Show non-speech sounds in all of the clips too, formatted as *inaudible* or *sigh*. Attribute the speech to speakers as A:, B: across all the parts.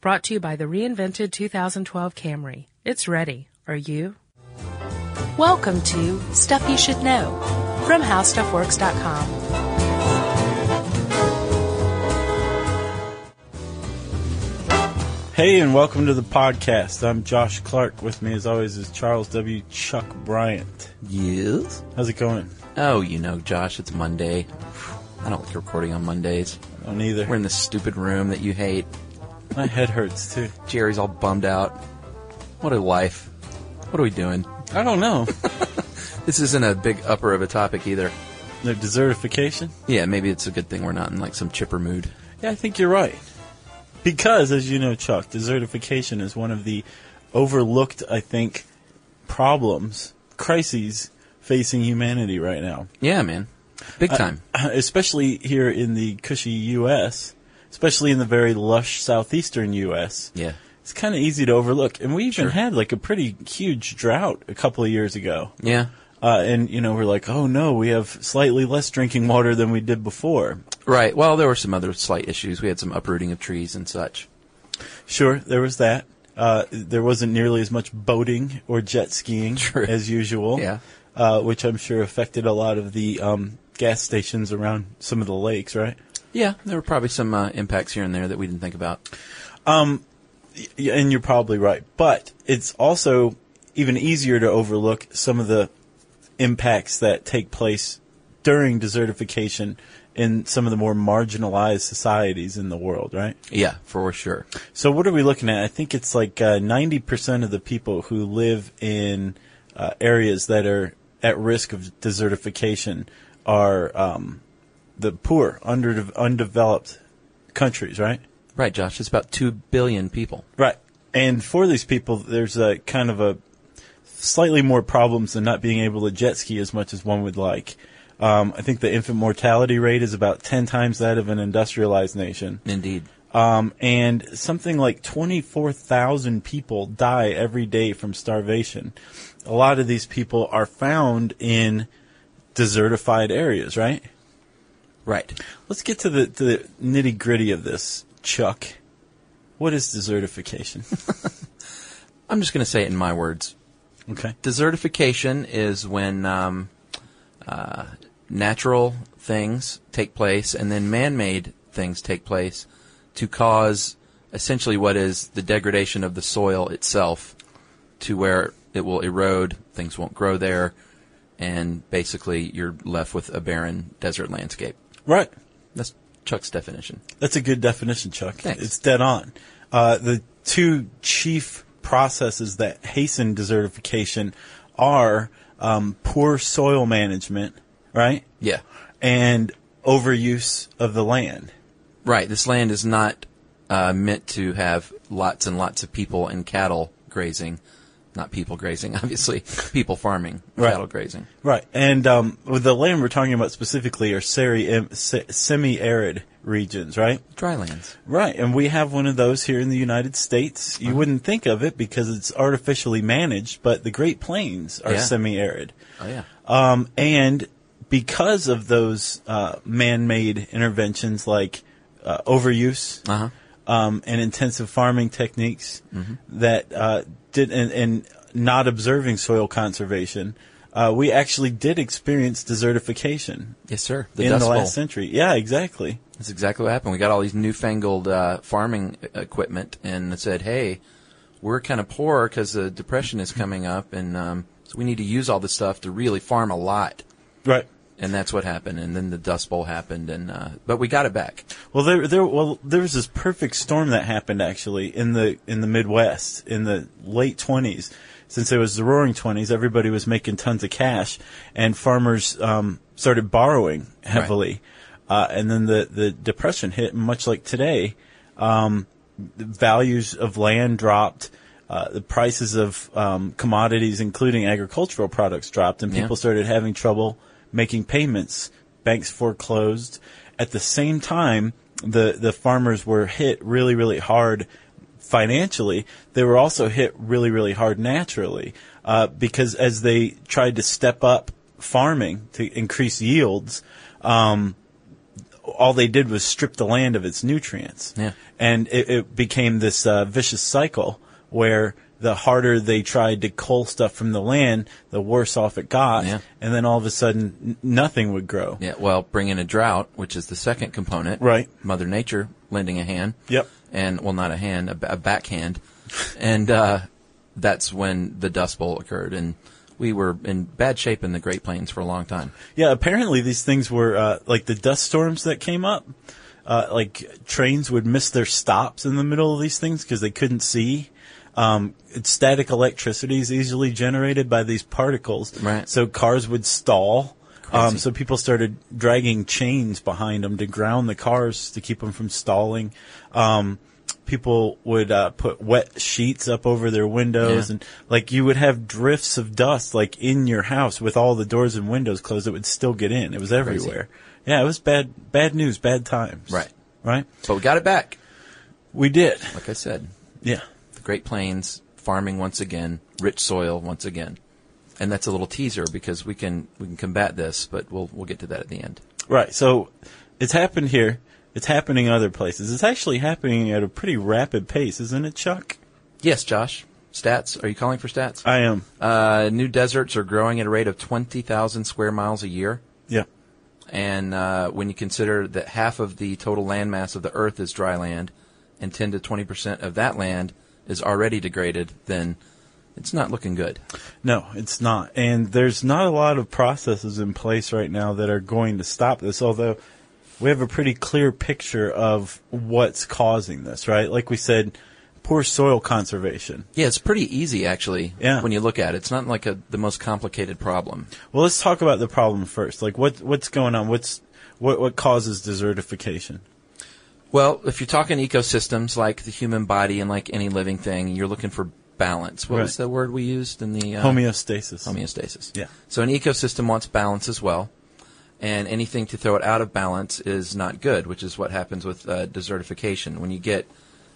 A: Brought to you by the reinvented 2012 Camry. It's ready. Are you? Welcome to Stuff You Should Know from HowStuffWorks.com.
B: Hey, and welcome to the podcast. I'm Josh Clark. With me, as always, is Charles W. Chuck Bryant.
C: Yes.
B: How's it going?
C: Oh, you know, Josh, it's Monday. I don't like recording on Mondays.
B: I don't either.
C: We're in this stupid room that you hate.
B: My head hurts too.
C: Jerry's all bummed out. What a life. What are we doing?
B: I don't know. *laughs*
C: This isn't a big upper of a topic either.
B: the desertification?
C: Yeah, maybe it's a good thing we're not in like some chipper mood.
B: Yeah, I think you're right. Because, as you know, Chuck, desertification is one of the overlooked, I think, problems, crises facing humanity right now. *clears throat*
C: Yeah, man. Big time.
B: especially here in the cushy U.S., especially in the very lush southeastern U.S.
C: yeah.
B: It's kind of easy to overlook, and we even
C: Sure.
B: had like a pretty huge drought a couple of years ago.
C: Yeah.
B: Uh, and you know, we're like, oh no, we have slightly less drinking water than we did before.
C: Right. Well, there were some other slight issues. We had some uprooting of trees and such.
B: Sure, there was that. Uh, there wasn't nearly as much boating or jet skiing
C: True.
B: as usual,
C: Yeah.
B: uh, which I'm sure affected a lot of the um, gas stations around some of the lakes, right?
C: Yeah, there were probably some uh, impacts here and there that we didn't think about.
B: Yeah, and you're probably right. But it's also even easier to overlook some of the impacts that take place during desertification in some of the more marginalized societies in the world, right?
C: Yeah, for sure.
B: So what are we looking at? I think it's like uh, 90% of the people who live in uh, areas that are at risk of desertification are um, the poor, under undeveloped countries, right?
C: Right, Josh. It's about 2 billion people.
B: Right. And for these people, there's a kind of a slightly more problems than not being able to jet ski as much as one would like. Um, I think the infant mortality rate is about 10 times that of an industrialized nation.
C: Indeed.
B: Um, and something like 24,000 people die every day from starvation. A lot of these people are found in desertified areas, right?
C: Right.
B: Let's get to the, to the nitty gritty of this, Chuck. What is desertification?
C: I'm just going to say it in my words.
B: okay.
C: Desertification is when um, uh, natural things take place and then man made things take place to cause essentially what is the degradation of the soil itself to where it will erode, things won't grow there, and basically you're left with a barren desert landscape.
B: Right.
C: That's Chuck's definition.
B: That's a good definition, Chuck.
C: Thanks.
B: It's dead on. Uh, the two chief processes that hasten desertification are um, poor soil management, right?
C: Yeah.
B: And overuse of the land.
C: Right. This land is not uh, meant to have lots and lots of people and cattle grazing. Not people grazing, *laughs* obviously. People farming,
B: Right.
C: cattle grazing.
B: Right. And um, with the land we're talking about specifically are seri- em- se- semi arid regions, right?
C: Drylands.
B: Right. And we have one of those here in the United States. You wouldn't think of it because it's artificially managed, but the Great Plains are
C: Yeah.
B: semi arid.
C: Oh yeah.
B: Um, and because of those uh, man-made interventions like uh, overuse
C: Uh huh.
B: um, and intensive farming techniques
C: Mm-hmm.
B: that uh, did and, and not observing soil conservation, uh, we actually did experience desertification
C: Yes, sir. The
B: in
C: Dust
B: the
C: Bowl.
B: last century. Yeah, exactly.
C: That's exactly what happened. We got all these newfangled uh, farming e- equipment, and it said, "Hey, we're kind of poor because the depression is coming up, and um, so we need to use all this stuff to really farm a lot."
B: Right.
C: And that's what happened. And then the Dust Bowl happened, and uh, but we got it back.
B: Well, there, there, well, there was this perfect storm that happened actually in the in the Midwest in the late twenties. Since it was the Roaring Twenties, everybody was making tons of cash, and farmers um, started borrowing heavily. Uh, and then the the depression hit, and much like today, um, the values of land dropped. Uh, the prices of um, commodities, including agricultural products, dropped, and
C: Yeah.
B: people started having trouble making payments. Banks foreclosed. At the same time, the the farmers were hit really, really hard financially. They were also hit really, really hard naturally uh, because as they tried to step up farming to increase yields, um, all they did was strip the land of its nutrients.
C: Yeah.
B: And it, it became this uh, vicious cycle where the harder they tried to cull stuff from the land, the worse off it got.
C: Yeah.
B: And then all of a sudden, n- nothing would grow.
C: Yeah, well, bring in a drought, which is the second component.
B: Right.
C: Mother Nature lending a hand.
B: Yep.
C: And, well, not a hand, a, ba- a backhand. and uh, that's when the Dust Bowl occurred. And we were in bad shape in the Great Plains for a long time.
B: Yeah, apparently these things were uh, like the dust storms that came up. Uh, like trains would miss their stops in the middle of these things because they couldn't see. Um, it's static electricity is easily generated by these particles,
C: Right.
B: so cars would stall. Um,
C: Crazy.
B: so people started dragging chains behind them to ground the cars to keep them from stalling. Um, people would uh, put wet sheets up over their windows
C: Yeah.
B: and like you would have drifts of dust like in your house with all the doors and windows closed it would still get in it was everywhere yeah it was bad bad news bad times
C: Right.
B: right
C: But we got it back,
B: we did
C: like I said.
B: yeah
C: The Great Plains, farming once again, rich soil once again. And that's a little teaser because we can we can combat this, but we'll we'll get to that at the end.
B: right so it's happened here it's happening other places it's actually happening at a pretty rapid pace isn't it chuck
C: Yes, Josh. Stats? Are you calling for stats?
B: i am
C: Uh, new deserts are growing at a rate of 20,000 square miles a year.
B: yeah
C: And uh, when you consider that half of the total landmass of the Earth is dry land, and 10 to 20 percent of that land is already degraded, then it's not looking good.
B: No, it's not. And there's not a lot of processes in place right now that are going to stop this, although we have a pretty clear picture of what's causing this, right? Like we said, poor soil conservation.
C: Yeah, it's pretty easy actually.
B: Yeah.
C: When you look at it, it's not like a, the most complicated problem.
B: Well, let's talk about the problem first. Like what what's going on? What's what what causes desertification?
C: Well, if you're talking ecosystems like the human body and like any living thing, you're looking for balance. What
B: Right.
C: was the word we used in the uh,
B: Homeostasis.
C: homeostasis.
B: Yeah.
C: So an ecosystem wants balance as well, and anything to throw it out of balance is not good, which is what happens with uh, desertification. When you get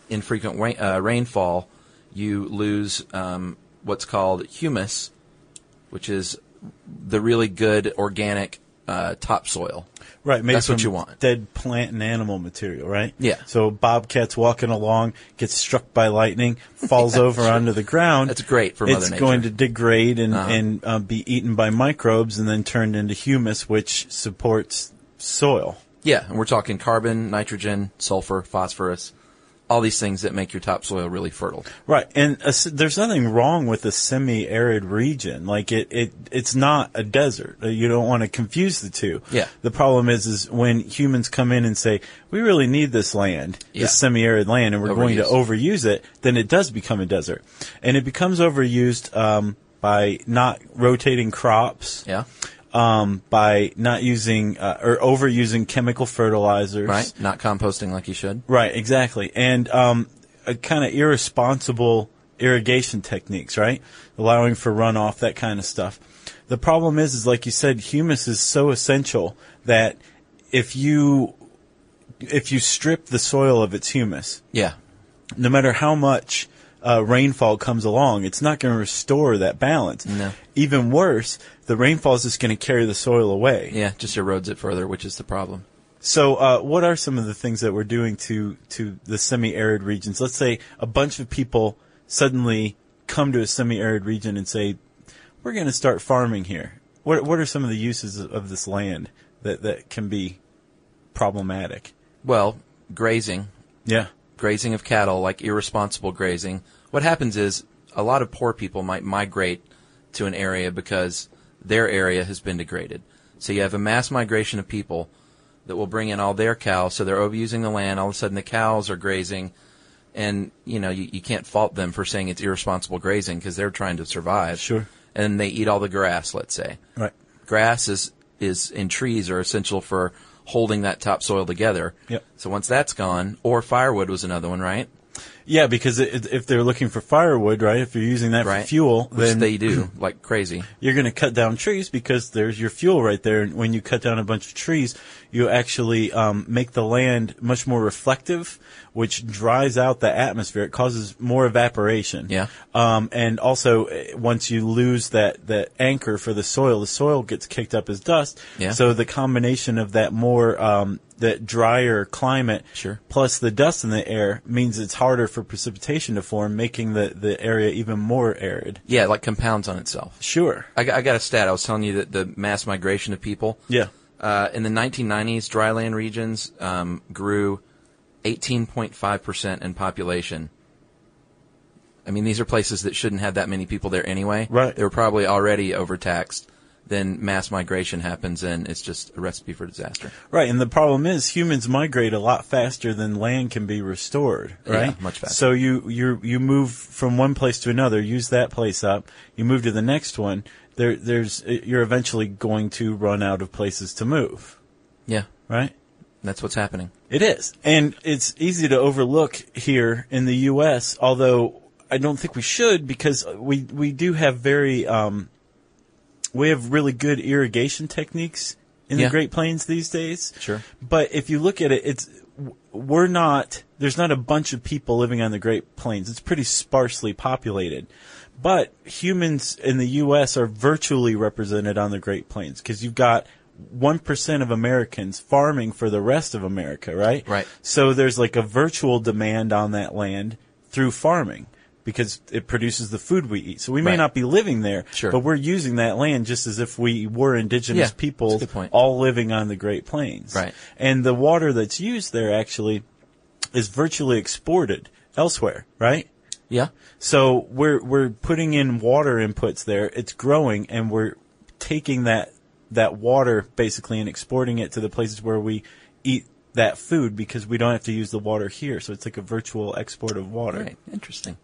C: infrequent rain, uh, rainfall, you lose um, what's called humus, which is the really good organic uh, topsoil.
B: Right, made
C: That's what
B: from
C: you want.
B: Dead plant and animal material, right?
C: Yeah.
B: So Bobcat's walking along, gets struck by lightning,
C: *laughs*
B: falls over onto the ground.
C: That's great for Mother
B: It's
C: Nature. Uh-huh.
B: going to degrade and and uh, be eaten by microbes and then turned into humus, which supports soil.
C: Yeah, and we're talking carbon, nitrogen, sulfur, phosphorus, all these things that make your topsoil really fertile.
B: Right, and a s there's nothing wrong with a semi-arid region. Like it, it, it's not a desert. Uh, You don't want to confuse the two.
C: Yeah.
B: The problem is, is when humans come in and say, "We really need this land,
C: Yeah.
B: this semi-arid land, and we're going to overuse it," then it does become a desert, and it becomes overused um, by not rotating crops.
C: Yeah.
B: Um, by not using uh, or overusing chemical fertilizers.
C: Right? Not composting like you should.
B: Right, exactly. And um, kind of irresponsible irrigation techniques, right? Allowing for runoff, that kind of stuff. The problem is, is like you said, humus is so essential that if you if you strip the soil of its humus,
C: Yeah.
B: no matter how much uh, rainfall comes along, it's not going to restore that balance.
C: No.
B: Even worse, the rainfall is just going to carry the soil away.
C: Yeah, just erodes it further, which is the problem.
B: So, uh, what are some of the things that we're doing to to the semi-arid regions? Let's say a bunch of people suddenly come to a semi-arid region and say, "We're going to start farming here." What what are some of the uses of- of this land that that can be problematic?
C: Well, grazing,
B: Yeah,
C: grazing of cattle, like irresponsible grazing. What happens is a lot of poor people might migrate to an area because their area has been degraded. So you have a mass migration of people that will bring in all their cows, so they're overusing the land. All of a sudden, the cows are grazing, and you know you, you can't fault them for saying it's irresponsible grazing because they're trying to survive.
B: Sure.
C: And they eat all the grass, let's say
B: right.
C: grass is is and trees are essential for holding that topsoil together.
B: Yep.
C: So once that's gone, or firewood was another one, right?
B: Yeah, because i- i if they're looking for firewood, right? If you're using that
C: right?
B: for fuel,
C: which
B: then
C: they do like crazy.
B: you're going to cut down trees because there's your fuel right there. And when you cut down a bunch of trees, you actually um, make the land much more reflective, which dries out the atmosphere. It causes more evaporation.
C: Yeah.
B: Um, and also, eh, once you lose that that anchor for the soil, the soil gets kicked up as dust.
C: Yeah.
B: So the combination of that more um, that drier climate
C: Sure.
B: plus the dust in the air means it's harder for precipitation to form, making the, the area even more arid.
C: Yeah, it, like compounds on itself.
B: Sure.
C: I got, I got a stat. I was telling you that the mass migration of people.
B: Yeah.
C: Uh, in the 1990s, dryland regions um, grew 18.5% in population. I mean, these are places that shouldn't have that many people there anyway.
B: Right.
C: They were probably already overtaxed. Then mass migration happens, and it's just a recipe for disaster.
B: Right, and the problem is humans migrate a lot faster than land can be restored, right?
C: Yeah, much faster.
B: So you you you move from one place to another, use that place up, you move to the next one. There there's you're eventually going to run out of places to move,
C: Yeah,
B: right?
C: that's what's happening.
B: It is. And it's easy to overlook here in the U.S., although I don't think we should because we, we do have very, um, we have really good irrigation techniques in
C: Yeah.
B: the Great Plains these days.
C: Sure.
B: But if you look at it, it's, w- we're not, there's not a bunch of people living on the Great Plains. It's pretty sparsely populated. But humans in the U.S. are virtually represented on the Great Plains because you've got 1% of Americans farming for the rest of America, right?
C: Right.
B: So there's like a virtual demand on that land through farming because it produces the food we eat. So we may
C: Right.
B: not be living there,
C: Sure.
B: but we're using that land just as if we were indigenous
C: Yeah,
B: people
C: that's a good point.
B: all living on the Great Plains.
C: Right.
B: And the water that's used there actually is virtually exported elsewhere, right?
C: Yeah.
B: So we're we're putting in water inputs there. It's growing, and we're taking that that water basically and exporting it to the places where we eat that food because we don't have to use the water here. So it's like a virtual export of water.
C: Right. Interesting.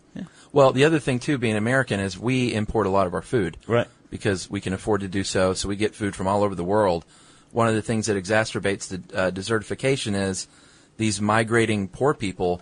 C: Well, the other thing too, being American, is we import a lot of our food.
B: Right.
C: Because we can afford to do so, so we get food from all over the world. One of the things that exacerbates the uh, desertification is these migrating poor people.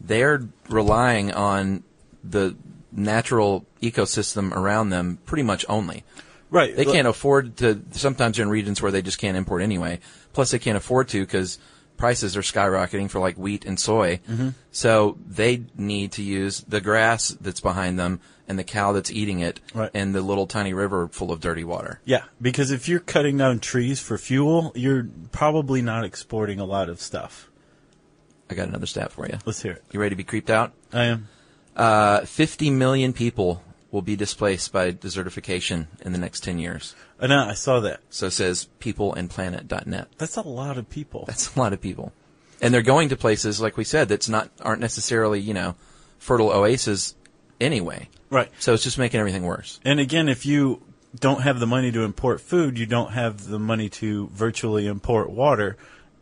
C: They're relying on the natural ecosystem around them pretty much only.
B: Right.
C: They can't afford to. Sometimes you're in regions where they just can't import anyway. Plus, they can't afford to because prices are skyrocketing for like wheat and soy.
B: Mm-hmm.
C: So they need to use the grass that's behind them and the cow that's eating it
B: Right.
C: and the little tiny river full of dirty water.
B: Yeah, because if you're cutting down trees for fuel, you're probably not exporting a lot of stuff.
C: I got another stat for you.
B: Let's hear it.
C: You ready to be creeped out?
B: I am.
C: Uh, 50 million people will be displaced by desertification in the next 10 years.
B: Oh, no, I saw that.
C: So says peopleandplanet.net.
B: That's a lot of people.
C: That's a lot of people. And they're going to places, like we said, that's not aren't necessarily, you know, fertile oases anyway.
B: right.
C: So it's just making everything worse.
B: And again, if you don't have the money to import food, you don't have the money to virtually import water.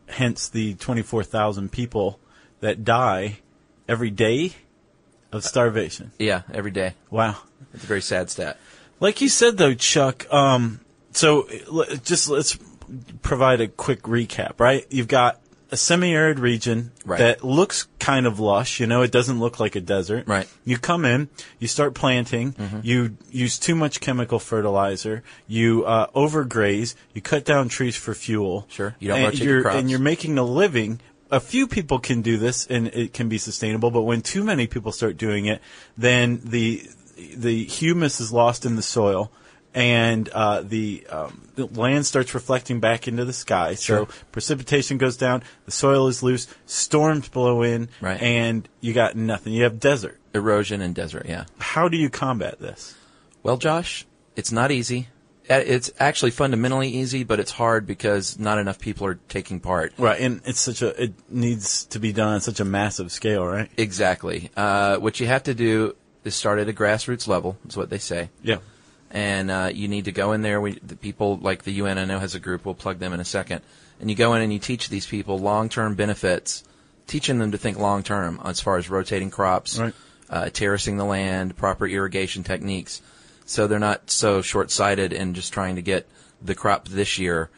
B: Hence the 24,000 people that die every day of starvation.
C: Yeah, every day.
B: Wow.
C: It's a very sad stat.
B: Like you said though, Chuck, um, so l- just let's provide a quick recap, right? You've got a semi-arid region
C: Right.
B: that looks kind of lush, you know, it doesn't look like a desert.
C: Right. Mm-hmm.
B: You come in, you start planting, you use too much chemical fertilizer, you uh, overgraze, you cut down trees for fuel.
C: Sure. You don't
B: and
C: rotate your
B: you're,
C: crops.
B: And you're making a living. A few people can do this and it can be sustainable, but when too many people start doing it, then the the humus is lost in the soil, and uh, the, um, the land starts reflecting back into the sky.
C: Sure.
B: So precipitation goes down, the soil is loose, storms blow in,
C: Right.
B: and you got nothing. You have desert.
C: Erosion and desert, yeah.
B: How do you combat this?
C: Well, Josh, it's not easy. Uh, It's actually fundamentally easy, but it's hard because not enough people are taking part.
B: Right, and it's such a it needs to be done on such a massive scale, right?
C: Exactly. Uh, what you have to do is start at a grassroots level, is what they say.
B: Yeah.
C: and uh, you need to go in there. We, the people like the UN, I know has a group. We'll plug them in a second. And you go in and you teach these people long-term benefits, teaching them to think long-term as far as rotating crops,
B: Right.
C: uh, terracing the land, proper irrigation techniques, so they're not so short-sighted and just trying to get the crop this year.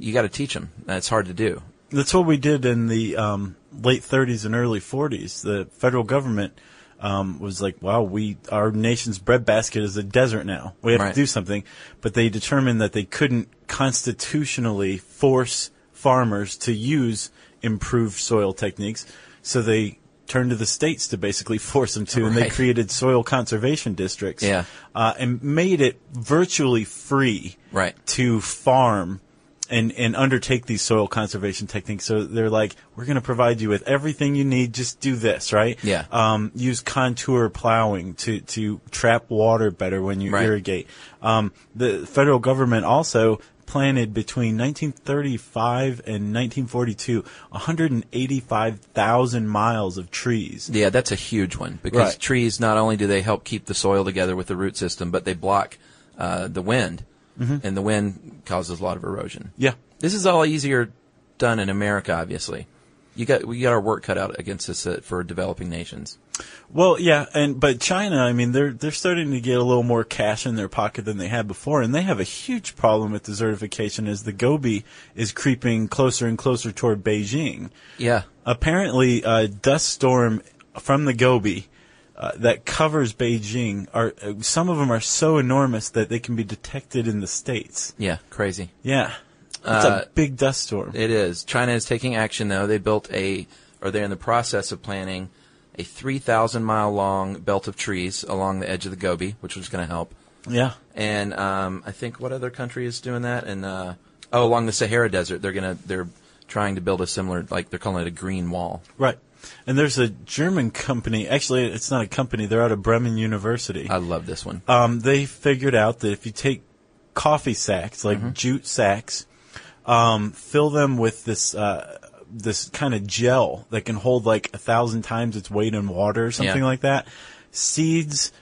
C: You got to teach them. That's hard to do.
B: That's what we did in the um, late 30s and early 40s, the federal government um, was like, "Wow, we our nation's breadbasket is a desert now. We have
C: Right.
B: to do something." But they determined that they couldn't constitutionally force farmers to use improved soil techniques, so they turned to the states to basically force them to, and they
C: Right.
B: created soil conservation districts
C: Yeah.
B: uh, and made it virtually free
C: Right.
B: to farm and, and undertake these soil conservation techniques. So they're like, we're going to provide you with everything you need. Just do this, right?
C: Yeah.
B: Um, use contour plowing to, to trap water better when you
C: Right.
B: irrigate. Um, the federal government also planted between 1935 and 1942 185,000 miles of trees.
C: Yeah, that's a huge one because
B: Right.
C: trees not only do they help keep the soil together with the root system, but they block uh, the wind, and the wind causes a lot of erosion.
B: Yeah.
C: This is all easier done in America, obviously. You got we got our work cut out against us uh, for developing nations.
B: Well, yeah, and but China, I mean, they're they're starting to get a little more cash in their pocket than they had before, and they have a huge problem with desertification as the Gobi is creeping closer and closer toward Beijing.
C: Yeah,
B: Apparently, a dust storm from the Gobi uh, that covers Beijing are uh, some of them are so enormous that they can be detected in the states.
C: yeah, crazy.
B: Yeah, it's
C: Uh,
B: a big dust storm.
C: It is. China is taking action though. They built a, or they're in the process of planning a 3,000 mile long belt of trees along the edge of the Gobi, which is going to help.
B: yeah,
C: and um, I think what other country is doing that? And uh, oh, along the Sahara Desert, they're gonna they're trying to build a similar like they're calling it a green wall.
B: right. And there's a German company. Actually, it's not a company. They're out of Bremen University.
C: I love this one.
B: um, they figured out that if you take coffee sacks, like
C: Mm-hmm.
B: jute sacks, um, fill them with this uh, this kind of gel that can hold like a thousand times its weight in water, or something
C: Yeah.
B: like that. Seeds,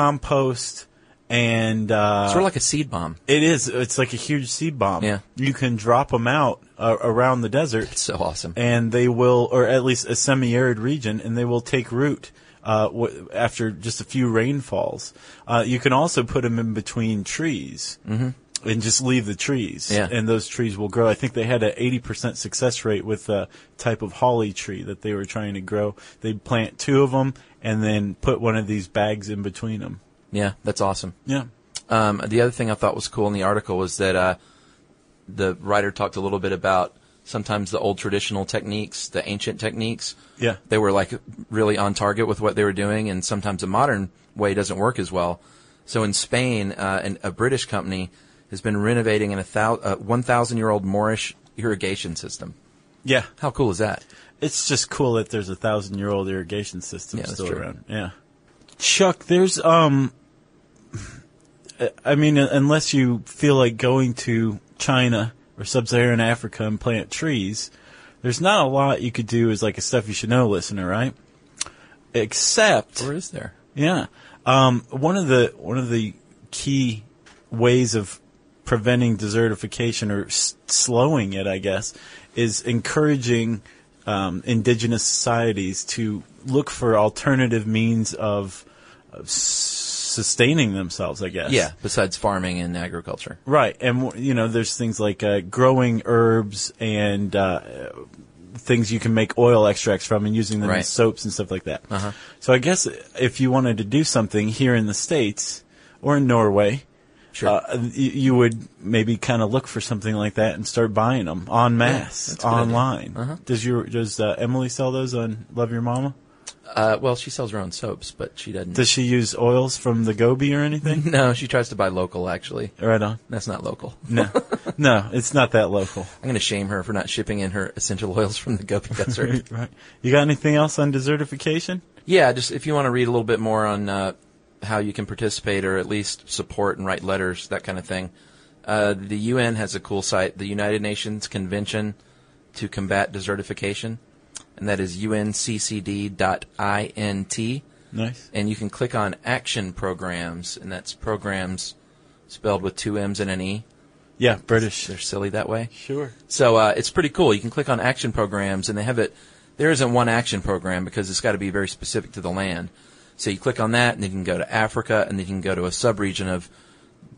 B: compost, and uh,
C: sort of like a seed bomb.
B: it is. It's like a huge seed bomb.
C: Yeah.
B: you can drop them out uh, around the desert
C: It's so awesome.
B: and they will, or at least a semi-arid region, and they will take root uh, w- after just a few rainfalls. Uh, you can also put them in between trees and just leave the trees,
C: Yeah.
B: and those trees will grow. I think they had an eighty percent success rate with a type of holly tree that they were trying to grow. They plant two of them and then put one of these bags in between them.
C: Yeah, that's awesome.
B: Yeah.
C: Um, the other thing I thought was cool in the article was that uh, the writer talked a little bit about sometimes the old traditional techniques, the ancient techniques.
B: Yeah.
C: They were like really on target with what they were doing, and sometimes the modern way doesn't work as well. So in Spain, uh, an, a British company has been renovating an, a thou- uh, 1,000 year old Moorish irrigation system.
B: Yeah.
C: How cool is that?
B: It's just cool that there's a thousand year old irrigation system
C: Yeah, that's
B: still
C: true.
B: around. Yeah. Chuck, there's um I mean uh, unless you feel like going to China or sub-Saharan Africa and plant trees, there's not a lot you could do as like a stuff you should know listener, right? Except
C: Or is there?
B: yeah. Um, one of the one of the key ways of preventing desertification or s- slowing it, I guess, is encouraging um, indigenous societies to look for alternative means of, of s- sustaining themselves. I guess.
C: Yeah, besides farming and agriculture.
B: Right, and you know, there's things like uh, growing herbs and uh, things you can make oil extracts from, and using them in
C: Right. Uh-huh.
B: soaps and stuff like that. So I guess if you wanted to do something here in the states or in Norway,
C: Sure.
B: uh, y- you would maybe kind of look for something like that and start buying them en masse
C: that's a good idea. Uh-huh.
B: online. Does your does uh, Emily sell those on Love Your Mama?
C: Uh, well, she sells her own soaps, but she doesn't.
B: Does she use oils from the Gobi or anything?
C: *laughs* no, she tries to buy local, actually.
B: right on.
C: That's not local.
B: No, no, it's not that local. *laughs*
C: I'm going to shame her for not shipping in her essential *laughs* oils from the Gobi
B: *laughs*
C: Desert.
B: Right. You got anything else on desertification?
C: yeah, just if you want to read a little bit more on uh, how you can participate or at least support and write letters, that kind of thing, uh, the UN has a cool site, the United Nations Convention to Combat Desertification, and that is unccd.int.
B: Nice.
C: And you can click on Action Programs, and that's programs spelled with two M's and an E.
B: Yeah, British.
C: They're silly that way.
B: Sure.
C: So uh, it's pretty cool. You can click on action programs, and they have it. There isn't one action program because it's got to be very specific to the land. So you click on that, and then you can go to Africa, and then you can go to a subregion of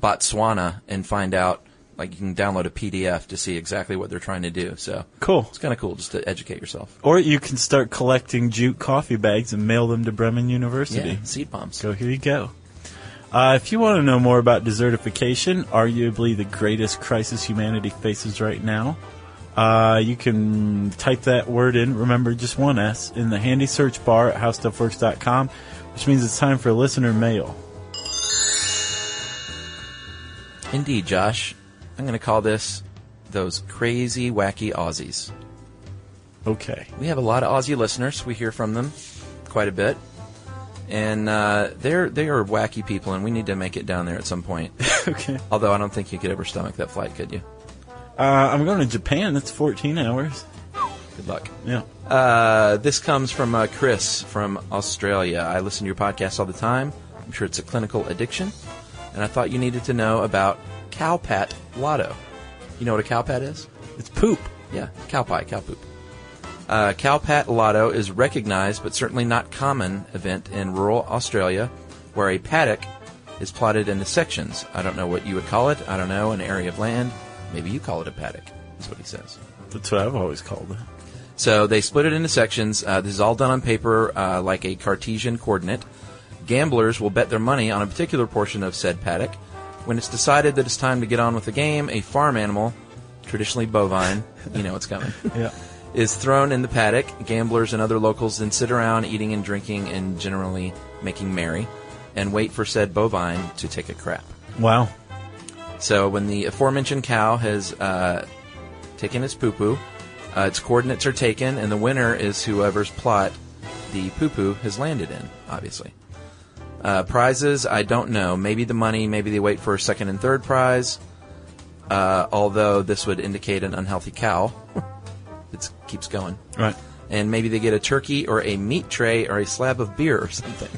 C: Botswana and find out like you can download a PDF to see exactly what they're trying to do. So
B: Cool.
C: It's kind of cool just to educate yourself.
B: Or you can start collecting jute coffee bags and mail them to Bremen University.
C: Yeah, seed bombs.
B: So here you go. Uh, if you want to know more about desertification, arguably the greatest crisis humanity faces right now, uh, you can type that word in, remember just one S, in the handy search bar at howstuffworks.com, which means it's time for listener mail.
C: Indeed, Josh. I'm going to call this those crazy, wacky Aussies.
B: Okay.
C: We have a lot of Aussie listeners. We hear from them quite a bit, and uh, they're they are wacky people, and we need to make it down there at some point.
B: *laughs* okay.
C: Although I don't think you could ever stomach that flight, could you?
B: Uh, I'm going to Japan. That's 14 hours.
C: Good luck.
B: Yeah.
C: Uh, this comes from uh, Chris from Australia. I listen to your podcast all the time. I'm sure it's a clinical addiction, and I thought you needed to know about cowpat lotto. You know what a cowpat is?
B: It's poop.
C: Yeah, cow pie, cow poop. Uh, Cowpat Lotto is recognized but certainly not common event in rural Australia where a paddock is plotted into sections. I don't know what you would call it. I don't know, an area of land. Maybe you call it a paddock, is what he says.
B: That's what I've always called it.
C: So they split it into sections. Uh, this is all done on paper uh, like a Cartesian coordinate. Gamblers will bet their money on a particular portion of said paddock. When it's decided that it's time to get on with the game, a farm animal, traditionally bovine, you know it's coming,
B: Yeah.
C: is thrown in the paddock. Gamblers and other locals then sit around eating and drinking and generally making merry and wait for said bovine to take a crap.
B: Wow.
C: So when the aforementioned cow has uh, taken its poo poo, uh, its coordinates are taken, and the winner is whoever's plot the poo poo has landed in, obviously. Uh, prizes, I don't know. Maybe the money, maybe they wait for a second and third prize, uh, although this would indicate an unhealthy cow. *laughs* it keeps going.
B: Right.
C: And maybe they get a turkey or a meat tray or a slab of beer or *laughs* something.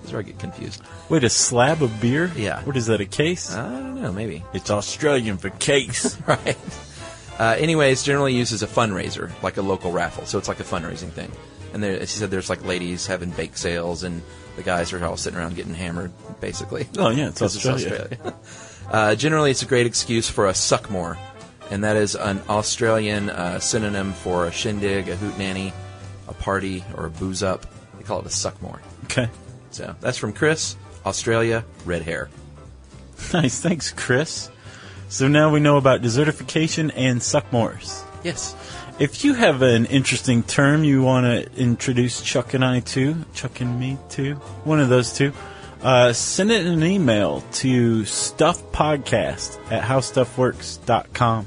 C: That's where I get confused.
B: Wait, a slab of beer?
C: Yeah.
B: What is that, a case?
C: I don't know, maybe. *laughs*
B: it's Australian for case.
C: right? Uh, anyways, generally used as a fundraiser, like a local raffle. So it's like a fundraising thing. And there, as she said, there's like ladies having bake sales, and the guys are all sitting around getting hammered, basically.
B: Oh, yeah, it's
C: *laughs* 'Cause
B: Australia.
C: Australia. uh, generally, it's a great excuse for a suck more, and that is an Australian uh, synonym for a shindig, a hootenanny, a party, or a booze up. They call it a suck more.
B: *laughs* Okay.
C: So that's from Chris, Australia, red hair.
B: Nice. Thanks, Chris. So now we know about desertification and suckmores.
C: Yes.
B: If you have an interesting term you want to introduce Chuck and I to, Chuck and me to, one of those two, uh, send it in an email to stuffpodcast at howstuffworks.com.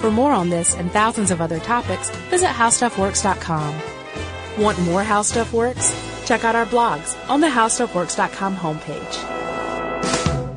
A: For more on this and thousands of other topics, visit howstuffworks.com. Want more How Stuff Works? Check out our blogs on the howstuffworks.com homepage.